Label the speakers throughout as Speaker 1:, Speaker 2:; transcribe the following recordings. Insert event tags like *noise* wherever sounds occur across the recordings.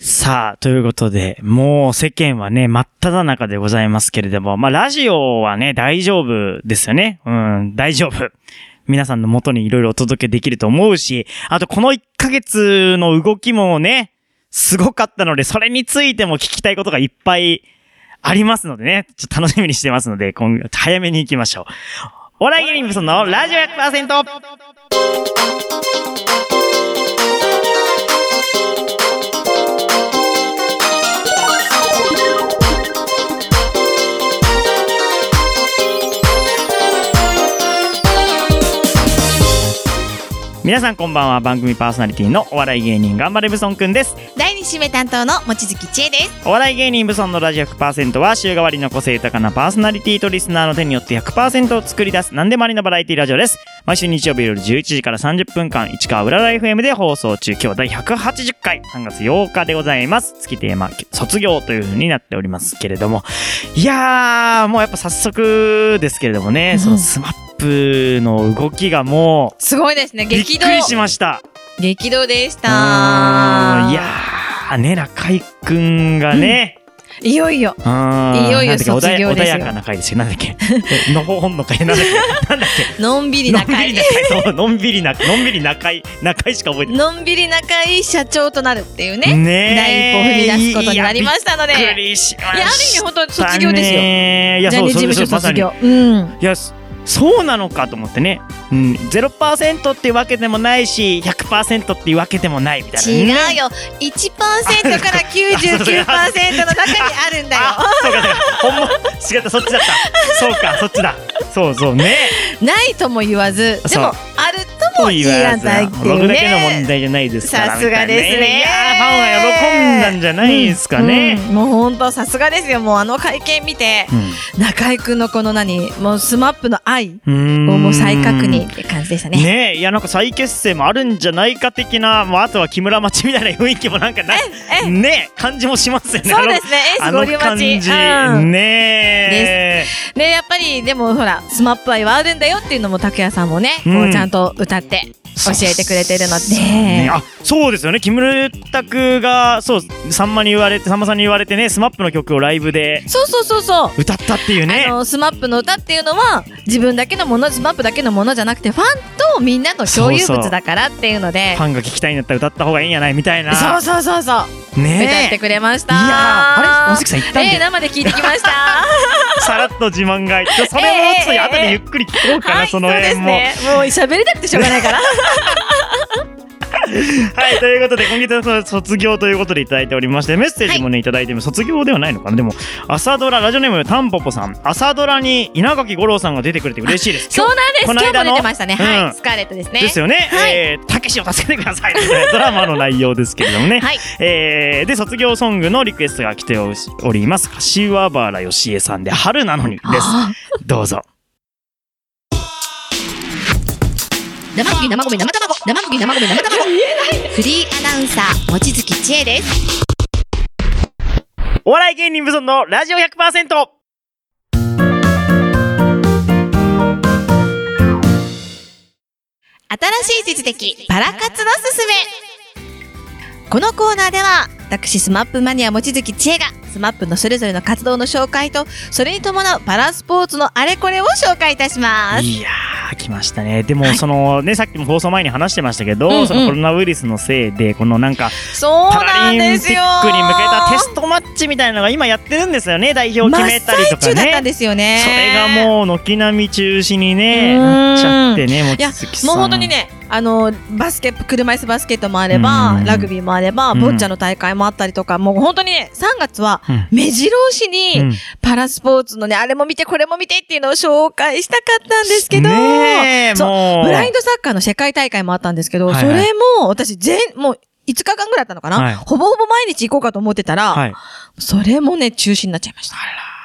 Speaker 1: さあ、ということで、もう世間はね、真っ只中でございますけれども、まあ、ラジオはね、大丈夫ですよね。うん、大丈夫。皆さんの元にいろいろお届けできると思うし、あとこの1ヶ月の動きもね、すごかったので、それについても聞きたいことがいっぱいありますのでね、ちょっと楽しみにしてますので、今早めに行きましょう。お笑い芸人ブソンのラジオ 100%! 皆さんこんばんは、番組パーソナリティのお笑い芸人頑張れブソンくんです。
Speaker 2: 第二締め担当の望月千恵です。
Speaker 1: お笑い芸人ブソンのラジオ100%は週替わりの個性豊かなパーソナリティとリスナーの手によって100%を作り出す何でもありのバラエティラジオです。毎週日曜日夜11時から30分間、市川裏ライフ M で放送中、今日は第180回、3月8日でございます。月テーマ、卒業という風になっておりますけれども。いやー、もうやっぱ早速ですけれどもね、
Speaker 2: うん
Speaker 1: そのスマップの動きがもう、
Speaker 2: すごいですね。
Speaker 1: びっ
Speaker 2: 激動
Speaker 1: く。りしました。
Speaker 2: 激動でし
Speaker 1: う
Speaker 2: た。
Speaker 1: ーんいやー、ね、中井くんがね、
Speaker 2: いよいよ。
Speaker 1: い
Speaker 2: いよいよ卒業ですよ
Speaker 1: 穏やかな回ですよ。なんだっけ。 *laughs* えのほほんの会なんだっけ。なんだっ
Speaker 2: のんび
Speaker 1: け。
Speaker 2: り
Speaker 1: の
Speaker 2: なん
Speaker 1: び
Speaker 2: 会
Speaker 1: りな。会。そう、のんびりな、のんびりな会、な会しか覚えてない。
Speaker 2: のんびりな会社長となるっていうね。第一
Speaker 1: ね
Speaker 2: 歩を踏
Speaker 1: え。
Speaker 2: み出すことになりましたので。い
Speaker 1: いやびっ
Speaker 2: や、あ
Speaker 1: く
Speaker 2: る
Speaker 1: りしましたね。
Speaker 2: 意味本当卒業ですよ。
Speaker 1: いや、
Speaker 2: ジャ
Speaker 1: そう
Speaker 2: ニーズ
Speaker 1: そう
Speaker 2: 事
Speaker 1: そう
Speaker 2: 務所
Speaker 1: まさ
Speaker 2: 卒
Speaker 1: に。い
Speaker 2: 業。うん。
Speaker 1: や、そそうなのかと思ってね。うん、ゼロパーセントっていうわけでもないし、百パーセントっていうわけでもないみたいな。
Speaker 2: 違うよ。1%から99%の中にあるんだよ。
Speaker 1: あ、そうかそうか。ほんま、違った、そっちだった。そうか、そっちだ。そうそうね。
Speaker 2: ないとも言わず、でも
Speaker 1: そう
Speaker 2: あるとも言わないってい
Speaker 1: 僕
Speaker 2: う
Speaker 1: だけの問
Speaker 2: ね。
Speaker 1: 題じゃないですから
Speaker 2: さすがですね
Speaker 1: みたいないやーファンは喜んだんじゃないですかね、
Speaker 2: うんうんもう本当さすがですよ。もうあの会見見て、
Speaker 1: うん
Speaker 2: 中居くんのこの何、もうスマップの愛
Speaker 1: うん
Speaker 2: をもう再確認って感じでしたね。
Speaker 1: ねえいやなんか再結成もあるんじゃないか的なもうあとは木村町みたいな雰囲気もなんかな
Speaker 2: え
Speaker 1: ねえ感じもしますよね
Speaker 2: そうですね。エー
Speaker 1: あ
Speaker 2: ス
Speaker 1: の
Speaker 2: 合
Speaker 1: あ
Speaker 2: 流
Speaker 1: の感
Speaker 2: 待
Speaker 1: じ、
Speaker 2: ち。うん
Speaker 1: ねえ
Speaker 2: で、やっぱり、でもほら、スマップ愛はあるんだよっていうのも、拓也さんもね、
Speaker 1: う
Speaker 2: こ
Speaker 1: ん
Speaker 2: うちゃんと歌って教えてくれてるの
Speaker 1: そうそうね
Speaker 2: で。
Speaker 1: あそうですよね木村拓がそうさんまに言われてさんまさんに言われてねスマップの曲をライブで
Speaker 2: そうそうそうそう。
Speaker 1: 歌ったっていうね
Speaker 2: あのスマップの歌っていうのは自分だけのものスマップだけのものじゃなくてファンとみんなの共有
Speaker 1: そうそ
Speaker 2: 物
Speaker 1: う
Speaker 2: だからっていうので
Speaker 1: ファンが聞きたいんだったら歌った方がいいんやないみたいな。
Speaker 2: そうそうそうそう歌っ
Speaker 1: ね
Speaker 2: て
Speaker 1: え。
Speaker 2: くれまし
Speaker 1: い
Speaker 2: た
Speaker 1: やーあれお月さん行ったん
Speaker 2: え
Speaker 1: で
Speaker 2: ー、、生で聞いてきました
Speaker 1: さらっと自慢がいってそれもちょっと後でゆっくり聞こうかな、
Speaker 2: はい
Speaker 1: その辺も、
Speaker 2: そうですねもう喋りたくてしょうがないから
Speaker 1: はいということで今月はその卒業ということでいただいておりましてメッセージもね、い、ただいても卒業ではないのかなでも朝ドララジオネームたんぽぽさん朝ドラに稲垣吾郎さんが出てくれて嬉しいです
Speaker 2: そうなんです
Speaker 1: この
Speaker 2: 今日
Speaker 1: 間
Speaker 2: も
Speaker 1: の
Speaker 2: 出てましたね、
Speaker 1: う
Speaker 2: は
Speaker 1: ん
Speaker 2: いスカーレットですね
Speaker 1: ですよね、
Speaker 2: はい
Speaker 1: えーたけしを助けてくださいみたいなドラマの内容ですけれどもね、
Speaker 2: はい
Speaker 1: えーで卒業ソングのリクエストが来ております柏原芳恵さんで「春なのに」です
Speaker 2: あ
Speaker 1: どうぞ
Speaker 2: ー生麦生米生卵生麦生米生卵フリーアナウンサー望月千恵です
Speaker 1: お笑い芸人無存のラジオ100%
Speaker 2: 新しい実的パラ活のすすめこのコーナーでは私スマップマニア望月千恵がスマップのそれぞれの活動の紹介とそれに伴うパラスポーツのあれこれを紹介いたします
Speaker 1: いやー来ましたねでも、そのねさっきも放送前に話してましたけど、
Speaker 2: うんうん
Speaker 1: そのコロナウイルスのせいでこのなんか
Speaker 2: そう
Speaker 1: パ
Speaker 2: な
Speaker 1: ラ
Speaker 2: ん
Speaker 1: リン
Speaker 2: です
Speaker 1: ピ
Speaker 2: よ
Speaker 1: ックに向けたテストマッチみたいなのが今やってるんですよね代表を決めたりと
Speaker 2: 真っ
Speaker 1: か
Speaker 2: 最中だった
Speaker 1: ね
Speaker 2: んですよね
Speaker 1: それがもう軒並み中止にね
Speaker 2: うん
Speaker 1: なっちゃってね
Speaker 2: いや
Speaker 1: 望月さん
Speaker 2: もう本当にね、あのバスケ、車椅子バスケットもあれ
Speaker 1: う
Speaker 2: ば
Speaker 1: ん、
Speaker 2: ラグビーもあれば、
Speaker 1: うん
Speaker 2: ボッチャの大会もあったりとか、もう本当にね、3月は
Speaker 1: うん
Speaker 2: 目白押しに、
Speaker 1: うん
Speaker 2: パラスポーツのね、あれも見て、これも見てっていうのを紹介したかったんですけど、
Speaker 1: ねえ
Speaker 2: そう
Speaker 1: もう
Speaker 2: ブラインドサッカーの世界大会もあったんですけど、
Speaker 1: はいはい
Speaker 2: それも私全、もう5日間ぐらいあったのかな、
Speaker 1: はい
Speaker 2: ほぼほぼ毎日行こうかと思ってたら、
Speaker 1: はい
Speaker 2: それもね、中止になっちゃいました。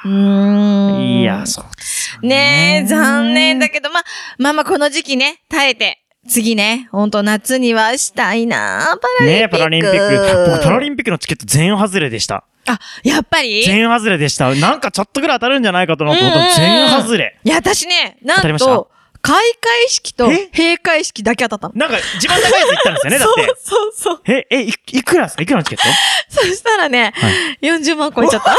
Speaker 2: うーん。
Speaker 1: いやそうですよ
Speaker 2: ねえ、残念だけど、まあ、まあまあこの時期ね、耐えて、次ね、ほんと夏にはしたいなパラリンピ
Speaker 1: ね
Speaker 2: ック。
Speaker 1: パラリンピック僕パラリンピックのチケット全外れでした
Speaker 2: あ、やっぱり
Speaker 1: 全外れでしたなんかちょっとぐらい当たるんじゃないかと思って
Speaker 2: うんうんうん
Speaker 1: 全外れ
Speaker 2: いや、私ね、
Speaker 1: 当たり
Speaker 2: な
Speaker 1: ま
Speaker 2: ん
Speaker 1: した
Speaker 2: と、開会式と
Speaker 1: え
Speaker 2: 閉会式だけ当たったの。
Speaker 1: なんか、一番高いやつ行ったんですよ
Speaker 2: *laughs*
Speaker 1: ね、だって。
Speaker 2: そうそうそう。
Speaker 1: え、え、いいくらですかいくらのチケット
Speaker 2: そしたらね、
Speaker 1: はい
Speaker 2: 40万超えちゃった。い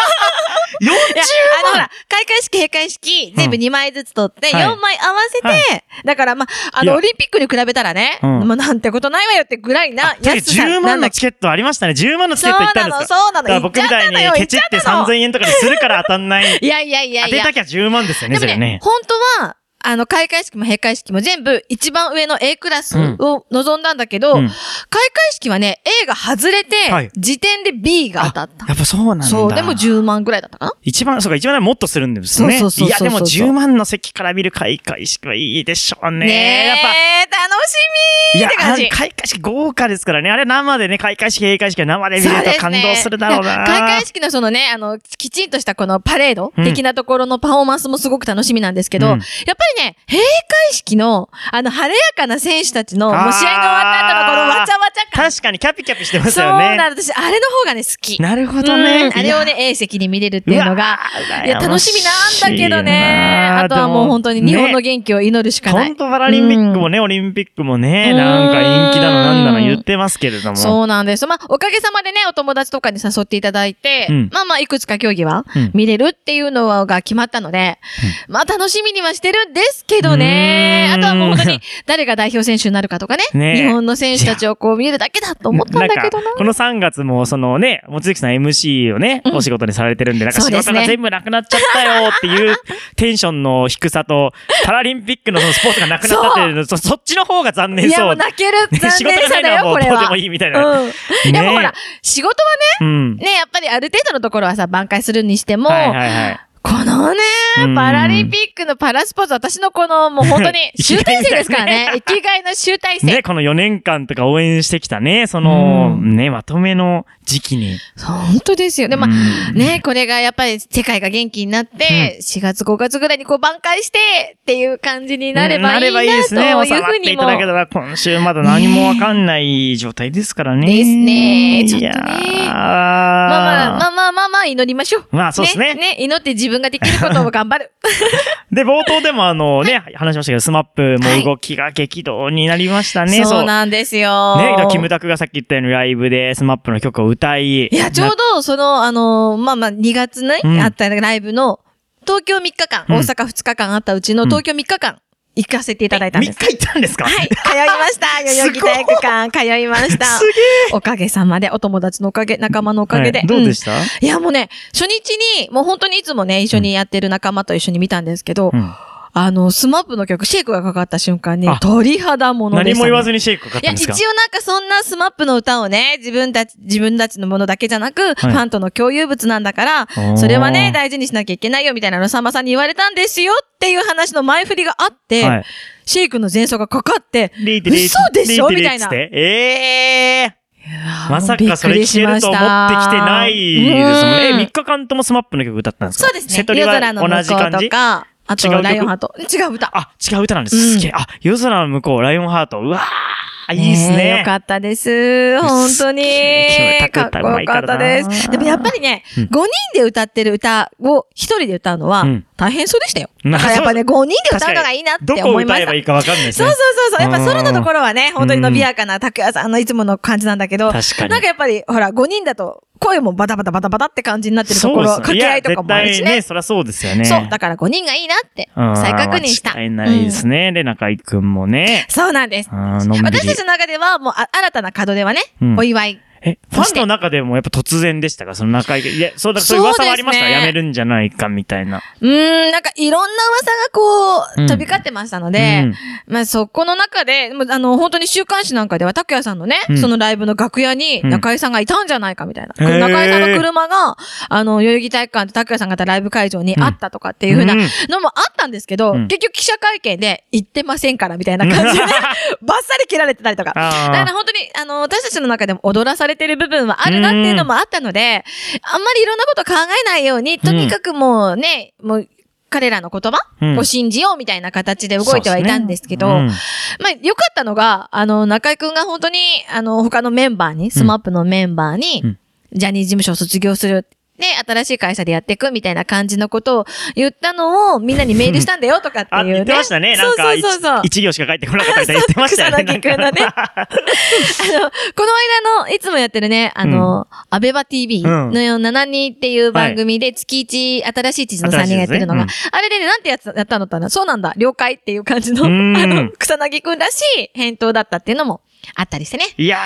Speaker 1: ?40
Speaker 2: や、あのほ
Speaker 1: 万
Speaker 2: ら、開会式、閉会式、全部
Speaker 1: うん
Speaker 2: 2枚ずつ取って、
Speaker 1: はい
Speaker 2: 4枚合わせて、
Speaker 1: は
Speaker 2: だからまあ、あ
Speaker 1: い
Speaker 2: の、
Speaker 1: や
Speaker 2: オリンピックに比べたらね、
Speaker 1: うん
Speaker 2: まあ、なんてことないわよってぐらいな
Speaker 1: あ、確かに
Speaker 2: 安さ
Speaker 1: 10
Speaker 2: な
Speaker 1: 万
Speaker 2: ん
Speaker 1: の
Speaker 2: だ
Speaker 1: チケットありましたね。10万のチケ
Speaker 2: そ
Speaker 1: ッ
Speaker 2: う
Speaker 1: ト行ったん
Speaker 2: な
Speaker 1: です
Speaker 2: の、
Speaker 1: か
Speaker 2: そうな
Speaker 1: だから
Speaker 2: の、
Speaker 1: 僕み
Speaker 2: 行っち
Speaker 1: た
Speaker 2: ゃった
Speaker 1: い
Speaker 2: のよ
Speaker 1: にケチって
Speaker 2: 行っちゃったの
Speaker 1: 3000円とかにするから当たんない。
Speaker 2: *laughs* いやいやいや
Speaker 1: 当
Speaker 2: い
Speaker 1: て
Speaker 2: や。
Speaker 1: たきゃ10万ですよね、そ
Speaker 2: で
Speaker 1: れ
Speaker 2: もね
Speaker 1: ね、。
Speaker 2: 本当は、あの、開会式も閉会式も全部一番上の A クラス
Speaker 1: うん
Speaker 2: を望んだんだけど、
Speaker 1: うん
Speaker 2: 開会式はね、A が外れて、
Speaker 1: はい
Speaker 2: 時点で B が当たった。
Speaker 1: やっぱそうなんだ。
Speaker 2: そう、でも10万ぐらいだったかな
Speaker 1: 一番、そうか、一番ならもっとするんですね。
Speaker 2: そうそうそうそうそう
Speaker 1: や、でも10万の席から見る開会式はいいでしょうね。やっぱ、
Speaker 2: え、楽しみ
Speaker 1: い
Speaker 2: ー
Speaker 1: や
Speaker 2: って、
Speaker 1: あ
Speaker 2: 感
Speaker 1: の
Speaker 2: じ。
Speaker 1: 開会式豪華ですからね。あれ生でね、開会式、閉会式は生で見
Speaker 2: そう
Speaker 1: る
Speaker 2: で
Speaker 1: と
Speaker 2: す
Speaker 1: 感
Speaker 2: ね
Speaker 1: 動するだろうな。
Speaker 2: *laughs* 開会式のそのね、あの、きちんとしたこのパレード
Speaker 1: うん
Speaker 2: 的なところのパフォーマンスもすごく楽しみなんですけど、
Speaker 1: うん
Speaker 2: やっぱりね、閉会式の、あの、晴れやかな選手たちの、もう試合が終わった後のこのわちゃわちゃ感。
Speaker 1: 確かにキャピキャピしてます
Speaker 2: そう
Speaker 1: よね。
Speaker 2: なの、私、あれの方がね、好き。
Speaker 1: なるほどね
Speaker 2: う。んあれをね、A 席に見れるっていうのが、
Speaker 1: うわー
Speaker 2: いや、楽しみなんだけどね
Speaker 1: 羨。ましいな
Speaker 2: あとはもう本当に日本の
Speaker 1: ね
Speaker 2: 元気を祈るしかない。
Speaker 1: 本当パラリンピックもね、オリンピックもね、なんか人気だのなんだの言ってますけれども。
Speaker 2: そうなんです。まあ、おかげさまでね、お友達とかに誘っていただいて、
Speaker 1: うん
Speaker 2: まあまあ、いくつか競技は
Speaker 1: うん
Speaker 2: 見れるっていうのが決まったので、まあ、楽しみにはしてるんですけどね。
Speaker 1: うー
Speaker 2: あ
Speaker 1: ん
Speaker 2: とはもう本当に、誰が代表選手になるかとかね、
Speaker 1: ね
Speaker 2: 日本の選手たちをこう見えるだけだと思ったんだけど
Speaker 1: ん
Speaker 2: な。
Speaker 1: かこの3月も、そのね、望月さん MC をね、お仕事にされてるんで、なんか
Speaker 2: そう
Speaker 1: 仕
Speaker 2: です
Speaker 1: 事
Speaker 2: ね
Speaker 1: が全部なくなっちゃったよっていう
Speaker 2: *laughs*
Speaker 1: テンションの低さと、パラリンピックのそのスポーツがなくなったっていうのそ、そっちの方が残
Speaker 2: い
Speaker 1: 念
Speaker 2: や、
Speaker 1: そ
Speaker 2: もう
Speaker 1: う。
Speaker 2: 泣ける
Speaker 1: ね
Speaker 2: 残
Speaker 1: 仕事
Speaker 2: 念
Speaker 1: がな
Speaker 2: さ
Speaker 1: い
Speaker 2: だ
Speaker 1: の
Speaker 2: よ、
Speaker 1: はも
Speaker 2: こ
Speaker 1: う
Speaker 2: れ
Speaker 1: どうで
Speaker 2: は。
Speaker 1: もいいみたいな。
Speaker 2: うん。で
Speaker 1: ね
Speaker 2: もほら、仕事は
Speaker 1: うん。
Speaker 2: ね、やっぱりある程度のところはさ、挽回するにしても、
Speaker 1: はいはいはい。
Speaker 2: このね
Speaker 1: う、ん
Speaker 2: パラリンピックのパラスポーツ、私のこの、もう本当に集大成ですから
Speaker 1: *laughs*
Speaker 2: ね。
Speaker 1: 生
Speaker 2: 生きがいの集大成。
Speaker 1: ね、この4年間とか応援してきたね、その、
Speaker 2: うん
Speaker 1: ね、まとめの時期に。
Speaker 2: 本当ですよ。で、まあ、
Speaker 1: うん
Speaker 2: ね、これがやっぱり世界が元気になって、4月5月ぐらいにこう挽回して、っていう感じになればいいな、という
Speaker 1: ですね。収まっ
Speaker 2: ふう
Speaker 1: て
Speaker 2: に
Speaker 1: いた
Speaker 2: も。
Speaker 1: だけたら、今週まだ何もわかんない状態ですからね。
Speaker 2: ですねちょっとね
Speaker 1: いやー
Speaker 2: まあまあ、まあまあまあまあ、祈りましょう。
Speaker 1: まあそうですね
Speaker 2: ね、祈って自分ができることを
Speaker 1: *laughs*
Speaker 2: 頑張る。
Speaker 1: で、冒頭でもあのね、話しましたけど、スマップも動きが激動になりましたね。
Speaker 2: そうなんですよ。
Speaker 1: そうね、だからキムタクがさっき言ったようにライブでスマップの曲を歌い。
Speaker 2: いや、ちょうど、その、あのー、まあまあ、2月ね、
Speaker 1: うん
Speaker 2: あったライブの、東京3日間、
Speaker 1: うん
Speaker 2: 大阪2日間あったうちの、
Speaker 1: うん
Speaker 2: 東京3日間、行かせていただいたん
Speaker 1: 3
Speaker 2: で
Speaker 1: 日
Speaker 2: す。
Speaker 1: 行ったんですか
Speaker 2: はい、通いました。代々木体育館、通いました。
Speaker 1: *laughs* すげ
Speaker 2: おかげさまで、お友達のおかげ、仲間のおかげで。
Speaker 1: はいどうで
Speaker 2: た、
Speaker 1: した
Speaker 2: いや、もうね、初日に、もう本当にいつもね、一緒にやってる仲間と一緒に見たんですけど、
Speaker 1: うん
Speaker 2: あの、スマップの曲、シェイクがかかった瞬間に
Speaker 1: あ、
Speaker 2: 鳥肌もの
Speaker 1: 何
Speaker 2: でした、
Speaker 1: も
Speaker 2: ね。
Speaker 1: 言わずにシェイク買っ
Speaker 2: い
Speaker 1: た
Speaker 2: や、
Speaker 1: んで
Speaker 2: 一
Speaker 1: す
Speaker 2: 応
Speaker 1: か
Speaker 2: なんかそんなスマップの歌をね、自分たち、自分たちのものだけじゃなく、ファンとの共有物なんだから
Speaker 1: おー、
Speaker 2: それはね、大事にしなきゃいけないよみたいなのさんまさんに言われたんですよっていう話の前振りがあって、
Speaker 1: はい
Speaker 2: シェイクの前奏がかかって、
Speaker 1: リーティリー
Speaker 2: 嘘でしょ
Speaker 1: リーティリー
Speaker 2: みたいな
Speaker 1: つってええまさ
Speaker 2: もうび
Speaker 1: か
Speaker 2: っ
Speaker 1: そ
Speaker 2: く
Speaker 1: れ
Speaker 2: りし
Speaker 1: 聞け
Speaker 2: ま
Speaker 1: る
Speaker 2: し
Speaker 1: と
Speaker 2: た
Speaker 1: 思ってきてないですもんね。え、
Speaker 2: う
Speaker 1: 3日間ともスマップの曲歌ったんですか
Speaker 2: そうですね
Speaker 1: 瀬。戸利
Speaker 2: 夜
Speaker 1: は
Speaker 2: 空の
Speaker 1: 同
Speaker 2: 向
Speaker 1: じ
Speaker 2: こう
Speaker 1: 感じ
Speaker 2: とか、あ
Speaker 1: 違う
Speaker 2: と
Speaker 1: 曲
Speaker 2: ライオンハート。違う歌。
Speaker 1: あ、違う歌なんで
Speaker 2: うん
Speaker 1: す。すげえ。あ、夜空の向こう、ライオンハート。うわー、いいです
Speaker 2: ねえ
Speaker 1: ね
Speaker 2: よ。かったです。本当に
Speaker 1: キム。タ
Speaker 2: か
Speaker 1: ク
Speaker 2: っ
Speaker 1: 歌
Speaker 2: こ
Speaker 1: うま
Speaker 2: よ
Speaker 1: い
Speaker 2: か
Speaker 1: か
Speaker 2: っ
Speaker 1: らな
Speaker 2: たです。でもやっぱりね、
Speaker 1: うん
Speaker 2: 5人で歌ってる歌を1人で歌うのは
Speaker 1: うん
Speaker 2: 大変そうでしたよ。
Speaker 1: まあ
Speaker 2: だからやっぱね、5人で
Speaker 1: 確
Speaker 2: 歌
Speaker 1: か
Speaker 2: う
Speaker 1: に
Speaker 2: のがいいなっ
Speaker 1: ど
Speaker 2: て
Speaker 1: こを
Speaker 2: 思い
Speaker 1: 歌
Speaker 2: ま
Speaker 1: え
Speaker 2: した
Speaker 1: ばい。いかわかんないです
Speaker 2: そう
Speaker 1: ね
Speaker 2: そう。そうそう。やっぱソロのところはね、本当に伸びやかな拓也さんのいつもの感じなんだけど、なん
Speaker 1: 確かに。
Speaker 2: かやっぱり、ほら、5人だと声もバタバタバタバタって感じになってるところ、
Speaker 1: です
Speaker 2: 掛け合いとかもある
Speaker 1: いや
Speaker 2: し
Speaker 1: 絶対
Speaker 2: ね
Speaker 1: ね、。そりゃそうですよね。
Speaker 2: そう、だから5人がいいなって
Speaker 1: うん
Speaker 2: 再確認した。
Speaker 1: 間違いないですね。レナカイ君もね
Speaker 2: うん。そうなんです。
Speaker 1: うんのんびり
Speaker 2: 私たちの中では、もうあ新たな門出はね、
Speaker 1: うん
Speaker 2: お祝い。
Speaker 1: え、ファンの中でもやっぱ突然でしたかその中井が、いや、そうだ、そういう噂はありました。
Speaker 2: そうで
Speaker 1: や
Speaker 2: すね
Speaker 1: めるんじゃないか、みたいな。
Speaker 2: うーん、なんかいろんな噂がこ
Speaker 1: う
Speaker 2: う、
Speaker 1: ん
Speaker 2: 飛び交ってましたので、まあそこの中で、もうあの、本当に週刊誌なんかでは、拓也さんのね、
Speaker 1: うん
Speaker 2: そのライブの楽屋に
Speaker 1: うん
Speaker 2: 中井さんがいたんじゃないかみたいな。
Speaker 1: へー
Speaker 2: 中井さんの車が、あの、代々木体育館と拓也さんがいたライブ会場にあったとかっていうふうな
Speaker 1: うん
Speaker 2: のもあったんですけど、
Speaker 1: うん
Speaker 2: 結局記者会見で行ってませんからみたいな
Speaker 1: *laughs*
Speaker 2: 感じで、バッサリ切られてたりとか。だか
Speaker 1: あ
Speaker 2: ら本当に、あの、私たちの中でも踊らされてる部分はあるなっていうのもあったので、あんまりいろんなこと考えないように、とにかくもうね、もう、彼らの言
Speaker 1: うん
Speaker 2: 葉を信じようみたいな形で
Speaker 1: あ
Speaker 2: 動いてはいたんですけど、
Speaker 1: そうで
Speaker 2: ます
Speaker 1: ね
Speaker 2: あ良かったのが、あの、中居くんが本当に、あの、他のメンバーに、スマップのメンバーに、
Speaker 1: うん
Speaker 2: ジャニーズ事務所を卒業するね、新しい会社でやっていくみたいな感じのことを言ったのをみんなにメールしたんだよとかっていう
Speaker 1: *laughs* あ、
Speaker 2: ね。
Speaker 1: 言ってましたね。なんか、
Speaker 2: そうそうそうそう。
Speaker 1: 一行しか返ってこなかったみたいに言ってましたよね。
Speaker 2: そう草薙くんのね
Speaker 1: なんか
Speaker 2: あの、この間の、いつもやってるね、あの、アベバ TV
Speaker 1: うん
Speaker 2: のよう7人っていう番組で、月1、新しい地図の3人がやってるのが、
Speaker 1: 新しい
Speaker 2: あれでね、なんてやつやったのかなそうなんだ、了解っていう感じの、
Speaker 1: う
Speaker 2: あ
Speaker 1: ん
Speaker 2: の、草薙くんらしい返答だったっていうのもあったりしてね。
Speaker 1: いや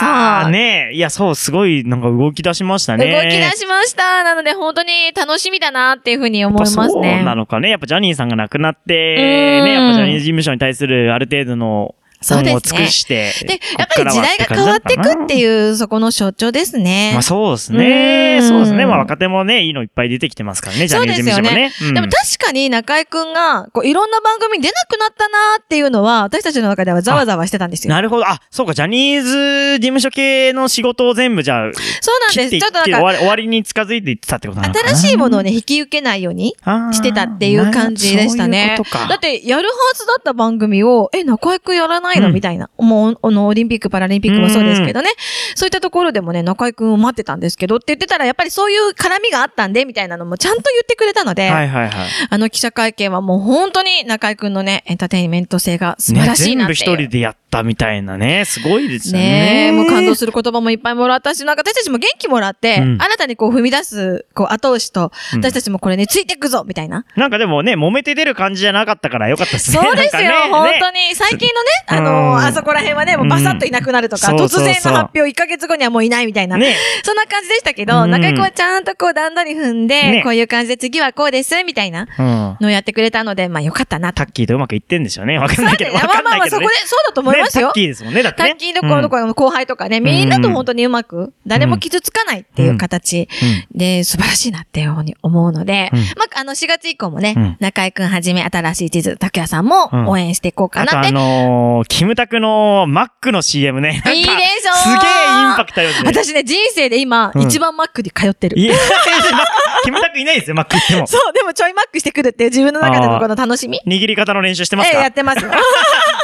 Speaker 2: そ
Speaker 1: ー、
Speaker 2: う
Speaker 1: ねいや、そう、すごい、なんか動き出しましたね。
Speaker 2: 動き出しました。なので、本当に楽しみだなっていうふうに思いますね。
Speaker 1: やっぱそうなのかね。やっぱジャニーさんが亡くなって、
Speaker 2: うん
Speaker 1: ね、やっぱジャニーズ事務所に対するある程度の
Speaker 2: そうで
Speaker 1: 恩
Speaker 2: す
Speaker 1: を尽
Speaker 2: ね
Speaker 1: くして、
Speaker 2: で、やっぱり時代が変わってくって
Speaker 1: う。
Speaker 2: いう、そこの象徴ですね。
Speaker 1: まあそうですね。
Speaker 2: うん
Speaker 1: そうですね。まあ若手もね、いいのいっぱい出てきてますからね、ジャニーズ事務所もね。うん
Speaker 2: でも確かに中井くんが、こう、いろんな番組に出なくなったなーっていうのは、私たちの中ではざわざわしてたんですよ。
Speaker 1: なるほど。あ、そうか、ジャニーズ事務所系の仕事を全部じゃあ、
Speaker 2: そうなん
Speaker 1: 切
Speaker 2: で
Speaker 1: ってい
Speaker 2: す。
Speaker 1: っ
Speaker 2: ち
Speaker 1: て
Speaker 2: ょっとな
Speaker 1: 終
Speaker 2: んか、
Speaker 1: わり終わりに近づいていってたってことなのかな
Speaker 2: 新しいものをね、引き受けないようにしてたっていう感じでしたね。
Speaker 1: あーなるほどそういうことか
Speaker 2: だって、やるはずだった番組を、え、中井くんやらないの、
Speaker 1: うん
Speaker 2: みたいな。もう、あの、オリンピック、パラリンピックもそうですけどね。そういったところでもね、中井くんを待ってたんですけどって言ってたら、やっぱりそういう絡みがあったんで、みたいなのもちゃんと言ってくれたので。
Speaker 1: はいはいはい。
Speaker 2: あの記者会見はもう本当に中井くんのね、エンターテインメント性が素晴
Speaker 1: ね
Speaker 2: らしいな
Speaker 1: 全
Speaker 2: って
Speaker 1: 部
Speaker 2: い
Speaker 1: 一
Speaker 2: う。
Speaker 1: 人でやったみたいなね。すごいですよ
Speaker 2: ね
Speaker 1: ね。
Speaker 2: え、もう感動する言葉もいっぱいもらったし、なんか私たちも元気もらって、
Speaker 1: うん
Speaker 2: 新たにこう踏み出す、こう後押しと、
Speaker 1: うん
Speaker 2: 私たちもこれね、ついていくぞみたいな。
Speaker 1: *laughs* なんかでもね、揉めて出る感じじゃなかったからよかったですね。
Speaker 2: そうですよ、
Speaker 1: なんか
Speaker 2: 本
Speaker 1: ね *laughs*
Speaker 2: 当に。最近のね、あの
Speaker 1: うん
Speaker 2: あそこら辺はね、もうバサッといなくなるとか、
Speaker 1: うん
Speaker 2: 突然の
Speaker 1: そうそうそう
Speaker 2: 発表1ヶ月後にはもういないみたいな。 *laughs*
Speaker 1: ね。ね
Speaker 2: そんな感じでしたけ
Speaker 1: う
Speaker 2: ど、
Speaker 1: ん
Speaker 2: 中井くんはちゃんとこう段取り踏んで、
Speaker 1: ね
Speaker 2: こういう感じで次はこうです、みたいな
Speaker 1: うん。
Speaker 2: のをやってくれたので、まあよかったなと
Speaker 1: タ。ッキーとうまくいってんでしょうね。わかん
Speaker 2: ま
Speaker 1: な
Speaker 2: あ
Speaker 1: いけど。わ
Speaker 2: ま
Speaker 1: か
Speaker 2: あ
Speaker 1: ん
Speaker 2: まあ
Speaker 1: ない
Speaker 2: まあ、
Speaker 1: け
Speaker 2: そ
Speaker 1: ど
Speaker 2: こ
Speaker 1: ね
Speaker 2: で、。そうだと思います
Speaker 1: ね
Speaker 2: よ
Speaker 1: タッ。キーですもんね、だってね。
Speaker 2: 卓球どころどころの後輩とかね、みんなと本当にうまく、誰も傷つかないっていう形
Speaker 1: うん
Speaker 2: で、素晴らしいなっていうふうに思うので、
Speaker 1: うん
Speaker 2: まあ、あの、4月以降もね、
Speaker 1: うん
Speaker 2: 中井くんはじめ新しい地図、拓也さんも
Speaker 1: うん
Speaker 2: 応援していこうか
Speaker 1: あ
Speaker 2: な
Speaker 1: と
Speaker 2: っ
Speaker 1: あ
Speaker 2: て。
Speaker 1: のー、キムタクのマックの CM ね。なんか
Speaker 2: いいでしょう
Speaker 1: すげえインパクトありますね。
Speaker 2: 私ね、人生で今、
Speaker 1: うん
Speaker 2: 一番マックに通ってる。
Speaker 1: いや、 *laughs* キムタクいないですよ、マック行っても。
Speaker 2: そう、でもちょいマックしてくるっていう自分の中でのこの楽しみ。
Speaker 1: 握り方の練習してます
Speaker 2: ええ、
Speaker 1: か
Speaker 2: やってますよ。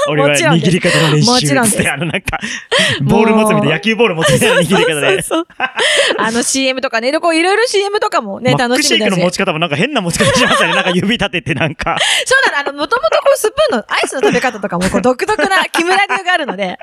Speaker 1: 俺は
Speaker 2: もちろんです
Speaker 1: 握り方の練習
Speaker 2: もちろんです
Speaker 1: つってあのなんか、ボール持つみたいな、野球ボール持つみたいな握り方で。
Speaker 2: *laughs* そうそうそうあの CM とかね、こういろいろ CM とかもね、
Speaker 1: マッ
Speaker 2: 楽
Speaker 1: ク
Speaker 2: し
Speaker 1: シェ
Speaker 2: み
Speaker 1: イク
Speaker 2: だ
Speaker 1: の
Speaker 2: し。
Speaker 1: 持ち方もなんか変な持ち方しましたね。なんか指立ててなんか。
Speaker 2: そうなの、あの、もともとこう、スプーンの、アイスの食べ方とかも、こう、独特な木村流があるの
Speaker 1: *laughs*
Speaker 2: で。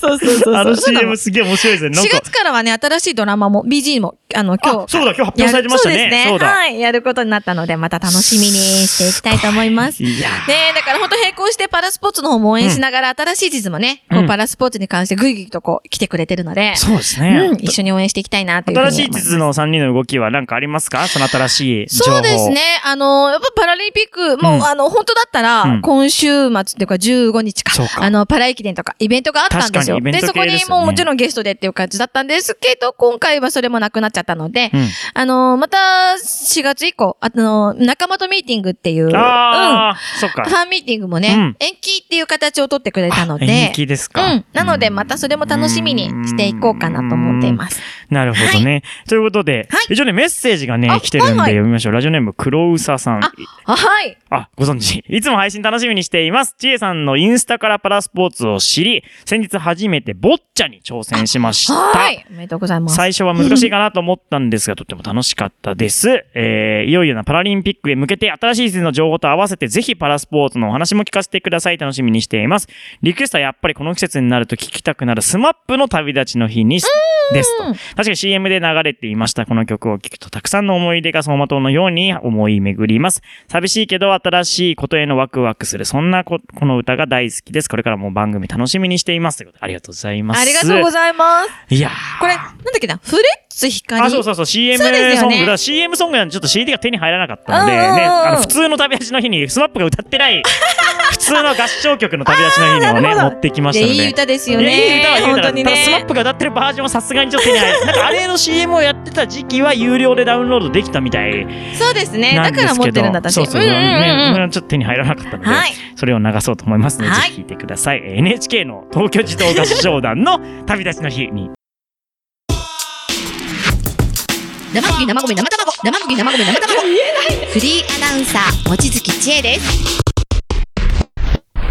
Speaker 2: そうそうそうそう。
Speaker 1: あの
Speaker 2: そうな
Speaker 1: CM すげえ面白いですね。なん
Speaker 2: 4
Speaker 1: か。
Speaker 2: 月からはね、新しいドラマも、BG も、あの、今
Speaker 1: あ、
Speaker 2: 日。
Speaker 1: そうだ、今日発表されてました
Speaker 2: やる
Speaker 1: ね。
Speaker 2: そ
Speaker 1: そうう
Speaker 2: で
Speaker 1: だ。
Speaker 2: すね。はい。やることになったので、また楽しみにしていきたいと思います。
Speaker 1: いやー
Speaker 2: ねえ、だから本当並行してパラスポーツの方も応援しながら、新しい地図もね、こ
Speaker 1: う
Speaker 2: うんパラスポーツに関してぐいぐいとこう来てくれてるので、
Speaker 1: そうです
Speaker 2: う
Speaker 1: ね
Speaker 2: ん、。一緒に応援していきたいなというふうに
Speaker 1: 新し
Speaker 2: 思い
Speaker 1: い
Speaker 2: ます
Speaker 1: 地図の3人の動きは何かありますかその新しい情報。
Speaker 2: そうですね。あの、やっぱパラリンピック、もう、
Speaker 1: うん
Speaker 2: あの、本当だったら、
Speaker 1: うん
Speaker 2: 今週末っていうか15日か
Speaker 1: そう、か
Speaker 2: あの、パラ駅伝とかイベントがあったんです
Speaker 1: 確か
Speaker 2: よ。
Speaker 1: にイベント
Speaker 2: そ
Speaker 1: 系
Speaker 2: こに
Speaker 1: ですよね
Speaker 2: もうもちろんゲストでっていう感じだったんですけど、今回はそれもなくなっちゃったので、
Speaker 1: うん。
Speaker 2: あの、また4月以降、あの、仲間とミーティングっていう、うん。ファ
Speaker 1: ああ、そっか。
Speaker 2: ンミーティングもね、
Speaker 1: うん
Speaker 2: 延期っていう形を取ってくれたので、
Speaker 1: 人気ですか。
Speaker 2: うん。なので、またそれも楽しみにしていこうかなと思っています。
Speaker 1: なるほどね。ということで
Speaker 2: はい、
Speaker 1: 一応ね、メッセージが
Speaker 2: あ
Speaker 1: ね、来てるんで
Speaker 2: はいはい
Speaker 1: 読みましょう。ラジオネーム、黒うささん。
Speaker 2: あはい。
Speaker 1: あ、ご存知。いつも配信楽しみにしています。ちえさんのインスタからパラスポーツを知り、先日初めてボッチャに挑戦しました。
Speaker 2: はい。おめでとうございます。
Speaker 1: 最初は難しいかなと思ったんですが、とっても楽しかったです。えー、いよいよなパラリンピックへ向けて、新しい地図の情報と合わせて、ぜひパラスポーツのお話も聞かせてください。楽しみにしています。リクエストはやっぱりこの季節になると聞きたくなるスマップの旅立ちの日にし、ですと。確かに CM で流れていました。この曲を聴くと、たくさんの思い出が走馬灯のように思い巡ります。寂しいけど、新しいことへのワクワクする。そんなこ、この歌が大好きです。これからも番組楽しみにしています。ということでありがとうございます。
Speaker 2: ありがとうございます。
Speaker 1: いやー
Speaker 2: これ、なんだっけな、フレッツ光
Speaker 1: あ、そうそうそう、CM
Speaker 2: そ
Speaker 1: ソ
Speaker 2: うですよね
Speaker 1: ング。だから CM ソングなんでちょっと CD が手に入らなかったので、
Speaker 2: うんうんうん
Speaker 1: ね、あの、普通の旅立ちの日に、スマップが歌ってない、 *laughs* 普通の合唱曲の旅立ちの日
Speaker 2: あ
Speaker 1: の
Speaker 2: ーな
Speaker 1: ね、
Speaker 2: るほ
Speaker 1: 持
Speaker 2: ど
Speaker 1: ってきまし
Speaker 2: で
Speaker 1: たので。
Speaker 2: いい歌ですよね。
Speaker 1: いやいい歌はいい歌
Speaker 2: 本
Speaker 1: だ
Speaker 2: 当にね。
Speaker 1: スマップが歌ってるバージョンはさすがにちょっと手に入らない。なんかあれの CM をやってた時期は有料でダウンロードできたみたい
Speaker 2: そうですね。
Speaker 1: な
Speaker 2: だ
Speaker 1: んで
Speaker 2: から
Speaker 1: す
Speaker 2: 持っ
Speaker 1: けど。
Speaker 2: てるんだ、私。
Speaker 1: そうそうそう。
Speaker 2: んう
Speaker 1: ね、
Speaker 2: ん
Speaker 1: それ
Speaker 2: うん
Speaker 1: はちょっと手に入らなかったので。
Speaker 2: はい。
Speaker 1: それを流そうと思いますので、
Speaker 2: はい
Speaker 1: ぜひ聞いてください。えー NHK の東京自動合唱団の旅立ちの日に。
Speaker 3: 生麦生米生卵生麦生米生卵フリーアナウンサー望月千恵です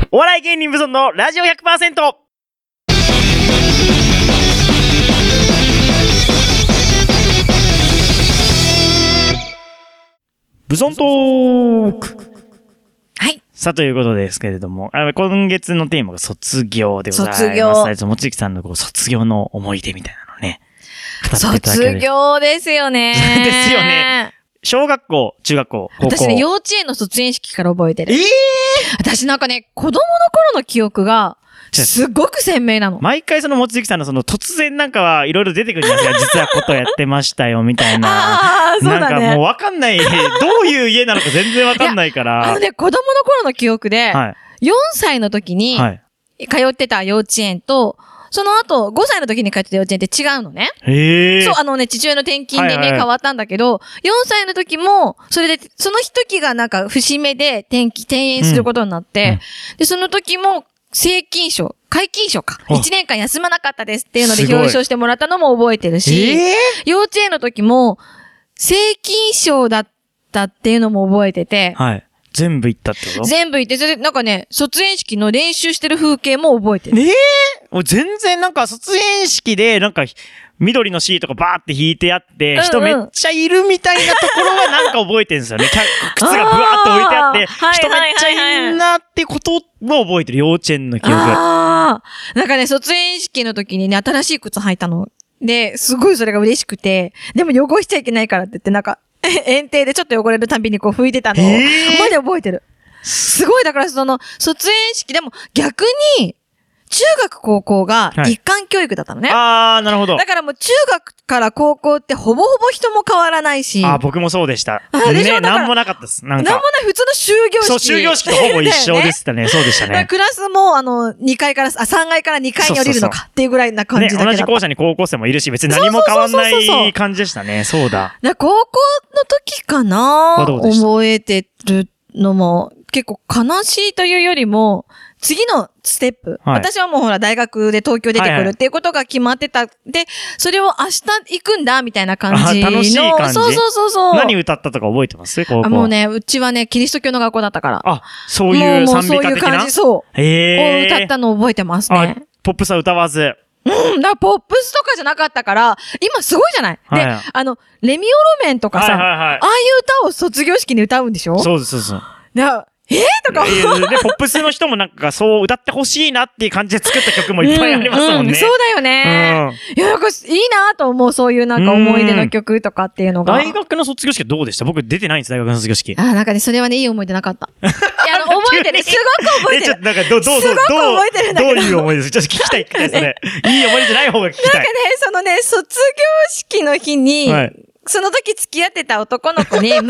Speaker 1: お笑い芸人無存のラジオ 100%!
Speaker 3: 「
Speaker 1: ブゾントーク
Speaker 2: はい。
Speaker 1: さあ、ということですけれども、あ今月のテーマが卒業でございます。
Speaker 2: 卒業
Speaker 1: 最初、もちきさんのこう卒業の思い出みたいなのね。語っていただけ
Speaker 2: 卒
Speaker 1: る。
Speaker 2: 業ですよね
Speaker 1: ですよね。小学校、中学校、高校。
Speaker 2: 私ね、幼稚園の卒園式から覚えて
Speaker 1: え
Speaker 2: る。
Speaker 1: え
Speaker 2: 私なんかね、子供の頃の記憶が、すごく鮮明なの。
Speaker 1: 毎回そのもちきさんのその突然なんかはいろいろ出てくるんですよ。実はことやってましたよ、みたいな。
Speaker 2: あ *laughs* あ、そう
Speaker 1: なん
Speaker 2: だ
Speaker 1: かもう
Speaker 2: ね。
Speaker 1: わかん
Speaker 2: *laughs*
Speaker 1: ない。どういう家なのか全然わかんないか
Speaker 2: あの
Speaker 1: ら。
Speaker 2: ね、子供の頃の記憶で、
Speaker 1: は
Speaker 2: 4歳の時
Speaker 1: い。
Speaker 2: に
Speaker 1: はい。
Speaker 2: 通ってた幼稚園と、その後、5歳の時に通ってた幼稚園って違うのね。
Speaker 1: ええ
Speaker 2: そう、あのね、父親の転勤で
Speaker 1: はいはい
Speaker 2: ね、
Speaker 1: はい
Speaker 2: 変わったんだけど、4歳の時も、それで、その日時がなんか、節目で転勤、転園することになって、で、その時も、正勤賞、解禁賞か。
Speaker 1: あ
Speaker 2: 1年間休まなかったですっていうのです
Speaker 1: ごい
Speaker 2: 表彰してもらったのも覚えてるし、
Speaker 1: ええ
Speaker 2: 幼稚園の時も、正金賞だったっていうのも覚えてて、
Speaker 1: はい。全部行ったってこと
Speaker 2: 全部行って、それでなんかね、卒園式の練習してる風景も覚えてる。
Speaker 1: ええもう全然なんか卒園式でなんか緑のシートがバーって引いてあって、
Speaker 2: うんうん
Speaker 1: 人めっちゃいるみたいなところはなんか覚えてるんです
Speaker 2: *laughs*
Speaker 1: よね。キャ靴がブワーって置いてあって、
Speaker 2: あー
Speaker 1: 人めっちゃいるなってことは覚えてる。幼稚園の記憶。
Speaker 2: ああ、なんかね、卒園式の時にね、新しい靴履いたの。で、すごいそれが嬉しくて、でも汚しちゃいけないからって言って、なんか、 *laughs* 園庭でちょっと汚れるたびにこう拭いてたのを、
Speaker 1: えー
Speaker 2: まで覚えてる。すごい、だからその、卒園式、でも逆に、中学高校が
Speaker 1: はい
Speaker 2: 一貫教育だったのね。
Speaker 1: あー、なるほど
Speaker 2: だ。からもう中学から高校ってほぼほぼ人も変わらないし、
Speaker 1: あ
Speaker 2: な
Speaker 1: ー
Speaker 2: んも
Speaker 1: 僕もそうでした。
Speaker 2: あでしょ
Speaker 1: ね
Speaker 2: だから
Speaker 1: なんもなかったです。な
Speaker 2: なんい
Speaker 1: か。
Speaker 2: 普通の終業式。
Speaker 1: そう、終業式とほぼ一緒で
Speaker 2: だよね。
Speaker 1: したね。そうでした
Speaker 2: だから
Speaker 1: ね。
Speaker 2: クラスも、あの、2階から、あ、3階から2階に降りるの
Speaker 1: そうそう
Speaker 2: かっていうぐらいな感
Speaker 1: ね、
Speaker 2: じだけだ
Speaker 1: 同
Speaker 2: った
Speaker 1: じ校舎に高校生もいるし、別に何も変わんない感じでしたね。そうだ。
Speaker 2: だから高校の時かな
Speaker 1: はどうでした
Speaker 2: 覚えてるのも、結構悲しいというよりも、次のステップ。
Speaker 1: はい
Speaker 2: 私はもうほら、大学で東京出て
Speaker 1: は
Speaker 2: く
Speaker 1: いは
Speaker 2: る
Speaker 1: い
Speaker 2: っていうことが決まってた。で、それを明日行くんだ、みたいな感じの。
Speaker 1: あ楽しい感じ
Speaker 2: そうそうそうそう。
Speaker 1: 何歌ったとか覚えてます高校。
Speaker 2: あもう。ね、うちはね、キリスト教の学校だったから。
Speaker 1: あ、そういう
Speaker 2: もうも
Speaker 1: 賛
Speaker 2: う
Speaker 1: 美
Speaker 2: そう
Speaker 1: 歌
Speaker 2: いう
Speaker 1: 的な
Speaker 2: 感じ、そう。を
Speaker 1: ええ
Speaker 2: 歌ったのを覚えてますね。
Speaker 1: あ、ポップスは歌わず。
Speaker 2: うん、だからポップスとかじゃなかったから、今すごいじゃない、
Speaker 1: はい
Speaker 2: で、あの、レミオロメンとか
Speaker 1: はい
Speaker 2: さ、
Speaker 1: はいはい
Speaker 2: あ。あいう歌を卒業式に歌うんでしょ
Speaker 1: そうです、そうです。
Speaker 2: だえー、とか思う
Speaker 1: で、ポップスの人もなんかそう歌ってほしいなっていう感じで作った曲もいっぱいありますもん
Speaker 2: うう
Speaker 1: ね。
Speaker 2: そうだよね。いや、なんかいいなと思う、そういうなんか思い出の曲とかっていうのが。
Speaker 1: 大学の卒業式はどうでした僕出てないんです、大学の卒業式。
Speaker 2: あー、なんかね、それはね、いい思い出なか
Speaker 1: *laughs*
Speaker 2: った。いや、あの、覚えてる。すごく覚えて
Speaker 1: ちょ
Speaker 2: る
Speaker 1: っ。となんかどう、どう、どう、
Speaker 2: すごく
Speaker 1: どう
Speaker 2: 覚えてるんだ
Speaker 1: ど
Speaker 2: け
Speaker 1: う
Speaker 2: ど
Speaker 1: いう思いですちょっと聞きたい、聞きたいです
Speaker 2: *laughs*
Speaker 1: ね。いい思い出じゃない方が聞きたい。
Speaker 2: なんかね、そのね、卒業式の日に、
Speaker 1: はい
Speaker 2: その時付き合ってた男の子に迎えに来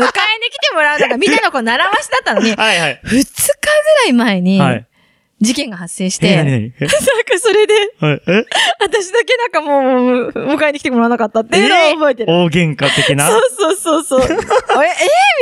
Speaker 2: てもらう
Speaker 1: *laughs*
Speaker 2: のが、みんなのこう習わしだったのに、2
Speaker 1: はいはい。
Speaker 2: 日ぐらい前に
Speaker 1: はい、
Speaker 2: 事件が発生し
Speaker 1: え、
Speaker 2: て、
Speaker 1: 何
Speaker 2: なんか
Speaker 1: 何え
Speaker 2: それで、
Speaker 1: はいえ
Speaker 2: 私だけなんかもう、迎えに来てもらわなかったっていうのを覚えてる。
Speaker 1: 大喧嘩的な。
Speaker 2: そうそう
Speaker 1: *laughs*
Speaker 2: そうそう。え、えー、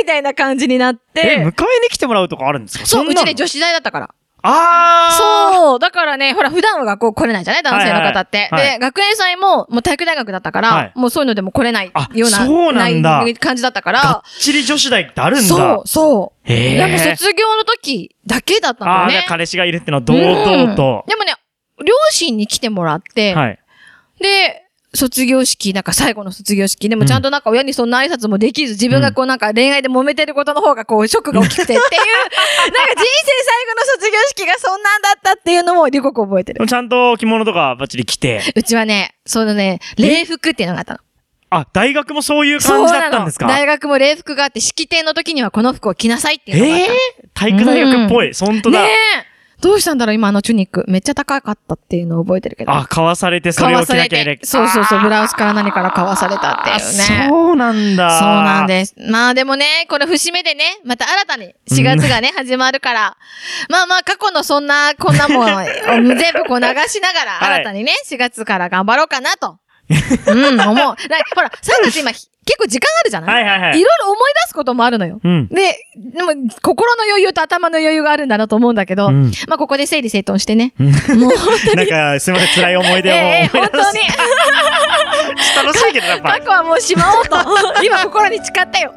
Speaker 2: みたいな感じになっ
Speaker 1: え、迎え
Speaker 2: て
Speaker 1: に。来てもらうとかあるんですか
Speaker 2: そう、うちね、女
Speaker 1: 子。
Speaker 2: 子大だったから。
Speaker 1: あー
Speaker 2: そう、だからね、ほら、普段は学校来れないじゃない男性の方って。
Speaker 1: はいはいはい
Speaker 2: で、学園祭も、もう体育大学だったから、
Speaker 1: はい
Speaker 2: もうそういうのでも来れない
Speaker 1: あ
Speaker 2: ような、
Speaker 1: そうなんだ
Speaker 2: い感じだったか
Speaker 1: が
Speaker 2: ら、
Speaker 1: っちり女子大ってあるんだ。
Speaker 2: そう、そう。
Speaker 1: へー
Speaker 2: でも卒業の時だけだったんだ
Speaker 1: あ
Speaker 2: よ
Speaker 1: あ、
Speaker 2: ね
Speaker 1: じゃあ。彼氏がいるってのは堂々と
Speaker 2: うん。でもね、両親に来てもらって、
Speaker 1: はい。
Speaker 2: で、卒業式、なんか最後の卒業式、でもちゃんとなんか親にそんな挨拶もできず、自分がこうなんか恋愛で揉めてることの方がこうショックが大きくてって *laughs* いう、なんか人生最後の卒業式がそんなんだったっていうのも、リココ覚えて
Speaker 1: でも *laughs*
Speaker 2: る。
Speaker 1: ちゃんと着物とかバッチリ着て。
Speaker 2: うちはね、そのね、礼服っていうのがあったの。
Speaker 1: あ、大学もそういう感じだったんです
Speaker 2: そう
Speaker 1: か
Speaker 2: なの大学も礼服があって、式典の時にはこの服を着なさいっていうのがあっ
Speaker 1: ええ
Speaker 2: たの。
Speaker 1: 体育大学っぽい。ほんとだ
Speaker 2: ね。えどうしたんだろう今あのチュニック。めっちゃ高かったっていうのを覚えてるけど。
Speaker 1: あ、買わされてそ
Speaker 2: 買
Speaker 1: れを
Speaker 2: わ
Speaker 1: 着
Speaker 2: さ
Speaker 1: な
Speaker 2: れ
Speaker 1: きゃいけな
Speaker 2: て
Speaker 1: い。。
Speaker 2: そうそうそう、ブラウスから何から買わされたっていうね。
Speaker 1: あそうなんだ。
Speaker 2: そうなんです。まあでもね、これ節目でね、また新たに4月がね、始まるから、まあまあ過去のそんな、こんなもん、
Speaker 1: *laughs*
Speaker 2: 全部こう流しながら、
Speaker 1: はい
Speaker 2: 新たにね、4月から頑張ろうかな
Speaker 1: *laughs*
Speaker 2: と。うん、思う。だほら、3月今、ひ結構時間あるじゃない、、
Speaker 1: はいいはいはい
Speaker 2: ろい
Speaker 1: い。
Speaker 2: ろ思い出すこともあるのよ。
Speaker 1: うん。
Speaker 2: で、でも、心の余裕と頭の余裕があるんだなと思うんだけど、
Speaker 1: うん
Speaker 2: まあここで整理整頓してね。
Speaker 1: うん
Speaker 2: もう、
Speaker 1: なんか、すみません、辛い思い
Speaker 2: え
Speaker 1: 出を思い
Speaker 2: え
Speaker 1: 出
Speaker 2: *laughs* 本当に
Speaker 1: し、 *laughs* 楽しいけど、やっ
Speaker 2: 過
Speaker 1: ぱ。
Speaker 2: 去はもうしまおう
Speaker 1: *laughs*
Speaker 2: と、今心に誓ったよ。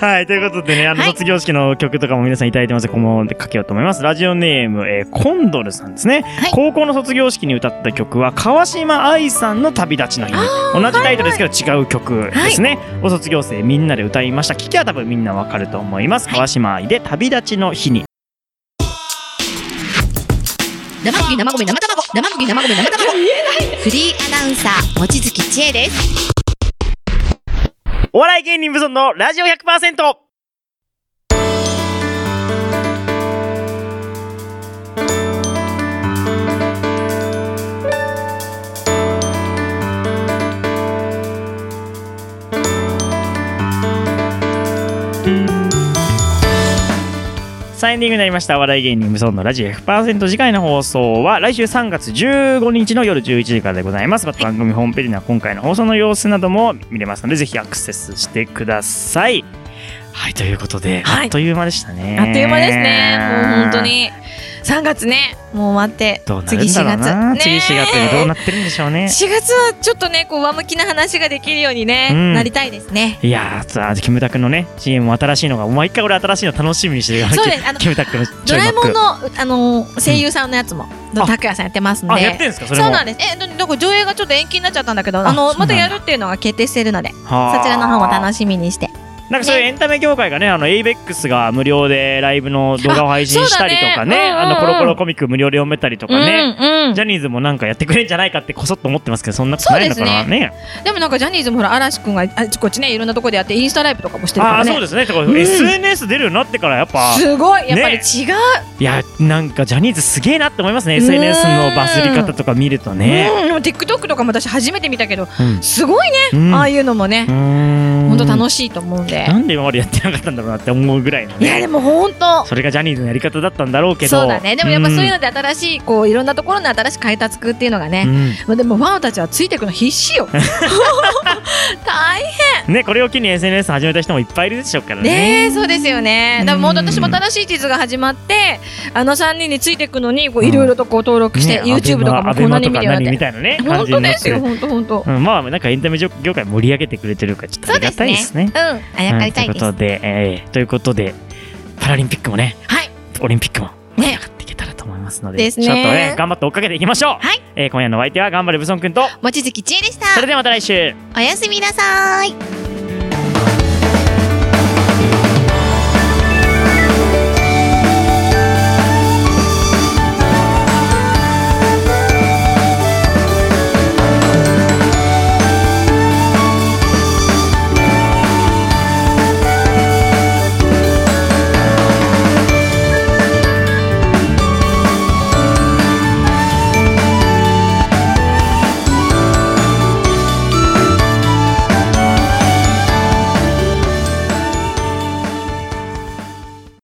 Speaker 1: はい、ということでね、あの、
Speaker 2: はい
Speaker 1: 卒業式の曲とかも皆さんいただいてますこのかけようと思います。ラジオネーム、えーコンドルさんですね、
Speaker 2: い
Speaker 1: 高校の卒業式に歌った曲は、川島愛さんの旅立ちの日。同じタイトルですけど、違う曲ですね。お卒業生みんなで歌いました。聞きは多分みんなわかると思います。川島愛で旅立ちの日に。
Speaker 3: 生麦生米生卵生麦生米生卵フリーアナウンサー望月千恵です
Speaker 1: お笑い芸人無存のラジオ 100%! サインディングになりました。お笑い芸人無存のラジオ100%次回の放送は来週3月15日の夜11時からでございます。また番組ホームページには今回の放送の様子なども見れますので、ぜひアクセスしてください。はい、ということで、
Speaker 2: はい
Speaker 1: あっという間でしたね。
Speaker 2: あっという間ですね。もう本当。に。3月ね、もう待って
Speaker 1: どう、なる
Speaker 2: 次
Speaker 1: んだ
Speaker 2: 4
Speaker 1: ろうな。
Speaker 2: 月。
Speaker 1: 次4月でどうなってるんでしょうね。
Speaker 2: 4月はちょっとね、こう上向きな話ができるようにね、
Speaker 1: うん
Speaker 2: なりたいですね。
Speaker 1: いやーさあ、キムタクのね、CM も新しいのが、毎回俺新しいの楽しみにしてるよ
Speaker 2: そうですあの
Speaker 1: キムタクの
Speaker 2: ドラえも
Speaker 1: の
Speaker 2: んの、あの、声優さんのやつも、
Speaker 1: んあ
Speaker 2: 拓也さんやってますん
Speaker 1: あ、やって
Speaker 2: で。
Speaker 1: んですかそれ
Speaker 2: そ
Speaker 1: も。
Speaker 2: うなんです。え、なんか上映がちょっと延期になっちゃったんだけど、
Speaker 1: あ
Speaker 2: あの、
Speaker 1: そうな
Speaker 2: ま
Speaker 1: んだ
Speaker 2: たやるっていうのが決定してるので、
Speaker 1: はー
Speaker 2: そちらの方も楽しみにして。
Speaker 1: なんかそういうエンタメ業界がね、あの、ABEX が無料でライブの動画を配信したりとかね、
Speaker 2: あ
Speaker 1: あ
Speaker 2: そうだねうんうんうん
Speaker 1: の、コロコロコミック無料で読めたりとかね、
Speaker 2: うん、うん
Speaker 1: ジ。ャニーズもなんかやってくれんじゃないかってこそっと思ってますけど、そんなことないのかな
Speaker 2: そうです
Speaker 1: ね。
Speaker 2: でもなんかジャニーズもほら、嵐くんがあちこちね、いろんなとこでやって、インスタライブとかもしてるか
Speaker 1: ああ
Speaker 2: ら
Speaker 1: ー、そう
Speaker 2: ね。
Speaker 1: ですね。とか
Speaker 2: ん
Speaker 1: SNS 出るようになってからやっぱ、
Speaker 2: すごいやっぱり違う
Speaker 1: ね、いや、なんかジャニーズすげえなって思いますね。SNS のバズり方とか見るとね。
Speaker 2: うん、でも TikTok とかも私初めて見たけど、
Speaker 1: うん
Speaker 2: すごいね、
Speaker 1: うん
Speaker 2: ああいうのもね、
Speaker 1: 本
Speaker 2: 本当楽しいと思うんで
Speaker 1: な。んで今までやってなかったんだろうなって思うぐらいの
Speaker 2: いやで
Speaker 1: ね。
Speaker 2: も本当
Speaker 1: それがジャニーズのやり方だったんだろうけど。
Speaker 2: そうだねでもやっぱそういう
Speaker 1: の
Speaker 2: ので新しいこういろんなところの新しい開拓っていうのがね、まあ、でもファンたちはついてくの必
Speaker 1: *laughs*
Speaker 2: 死よ大変
Speaker 1: ね、これを機に SNS 始めた人もいっぱいいるでしょうから
Speaker 2: ね
Speaker 1: ね。
Speaker 2: そうですよねだからもう私も正しい地図が始まってあの3人についてくのにこういろいろとこう登録して、
Speaker 1: ね
Speaker 2: YouTube とかもこんなに見
Speaker 1: ア
Speaker 2: る
Speaker 1: ベマとか何
Speaker 2: ようになっ
Speaker 1: み
Speaker 2: て
Speaker 1: たいなね、感
Speaker 2: 本
Speaker 1: じに
Speaker 2: 当
Speaker 1: な
Speaker 2: で
Speaker 1: っ
Speaker 2: す
Speaker 1: て
Speaker 2: よ
Speaker 1: る。
Speaker 2: 本当本当
Speaker 1: うん、まあなんかエンタメ業界盛り上げてくれてるからちょっとあ
Speaker 2: そう
Speaker 1: り
Speaker 2: で
Speaker 1: が
Speaker 2: す
Speaker 1: たい
Speaker 2: ね
Speaker 1: ですね。
Speaker 2: うんあやかりたいです、
Speaker 1: うんということで、えーということで、パラリンピックもね、
Speaker 2: はい
Speaker 1: オリンピックも
Speaker 2: ね
Speaker 1: やっていけたらと思いますので、
Speaker 2: ですね
Speaker 1: ちょっとね、頑張って追っかけていきましょう。
Speaker 2: はい
Speaker 1: えー今夜のお相手は頑張れブソン君と、
Speaker 2: 望月千恵でした
Speaker 1: それではまた来週。
Speaker 2: おやすみなさーい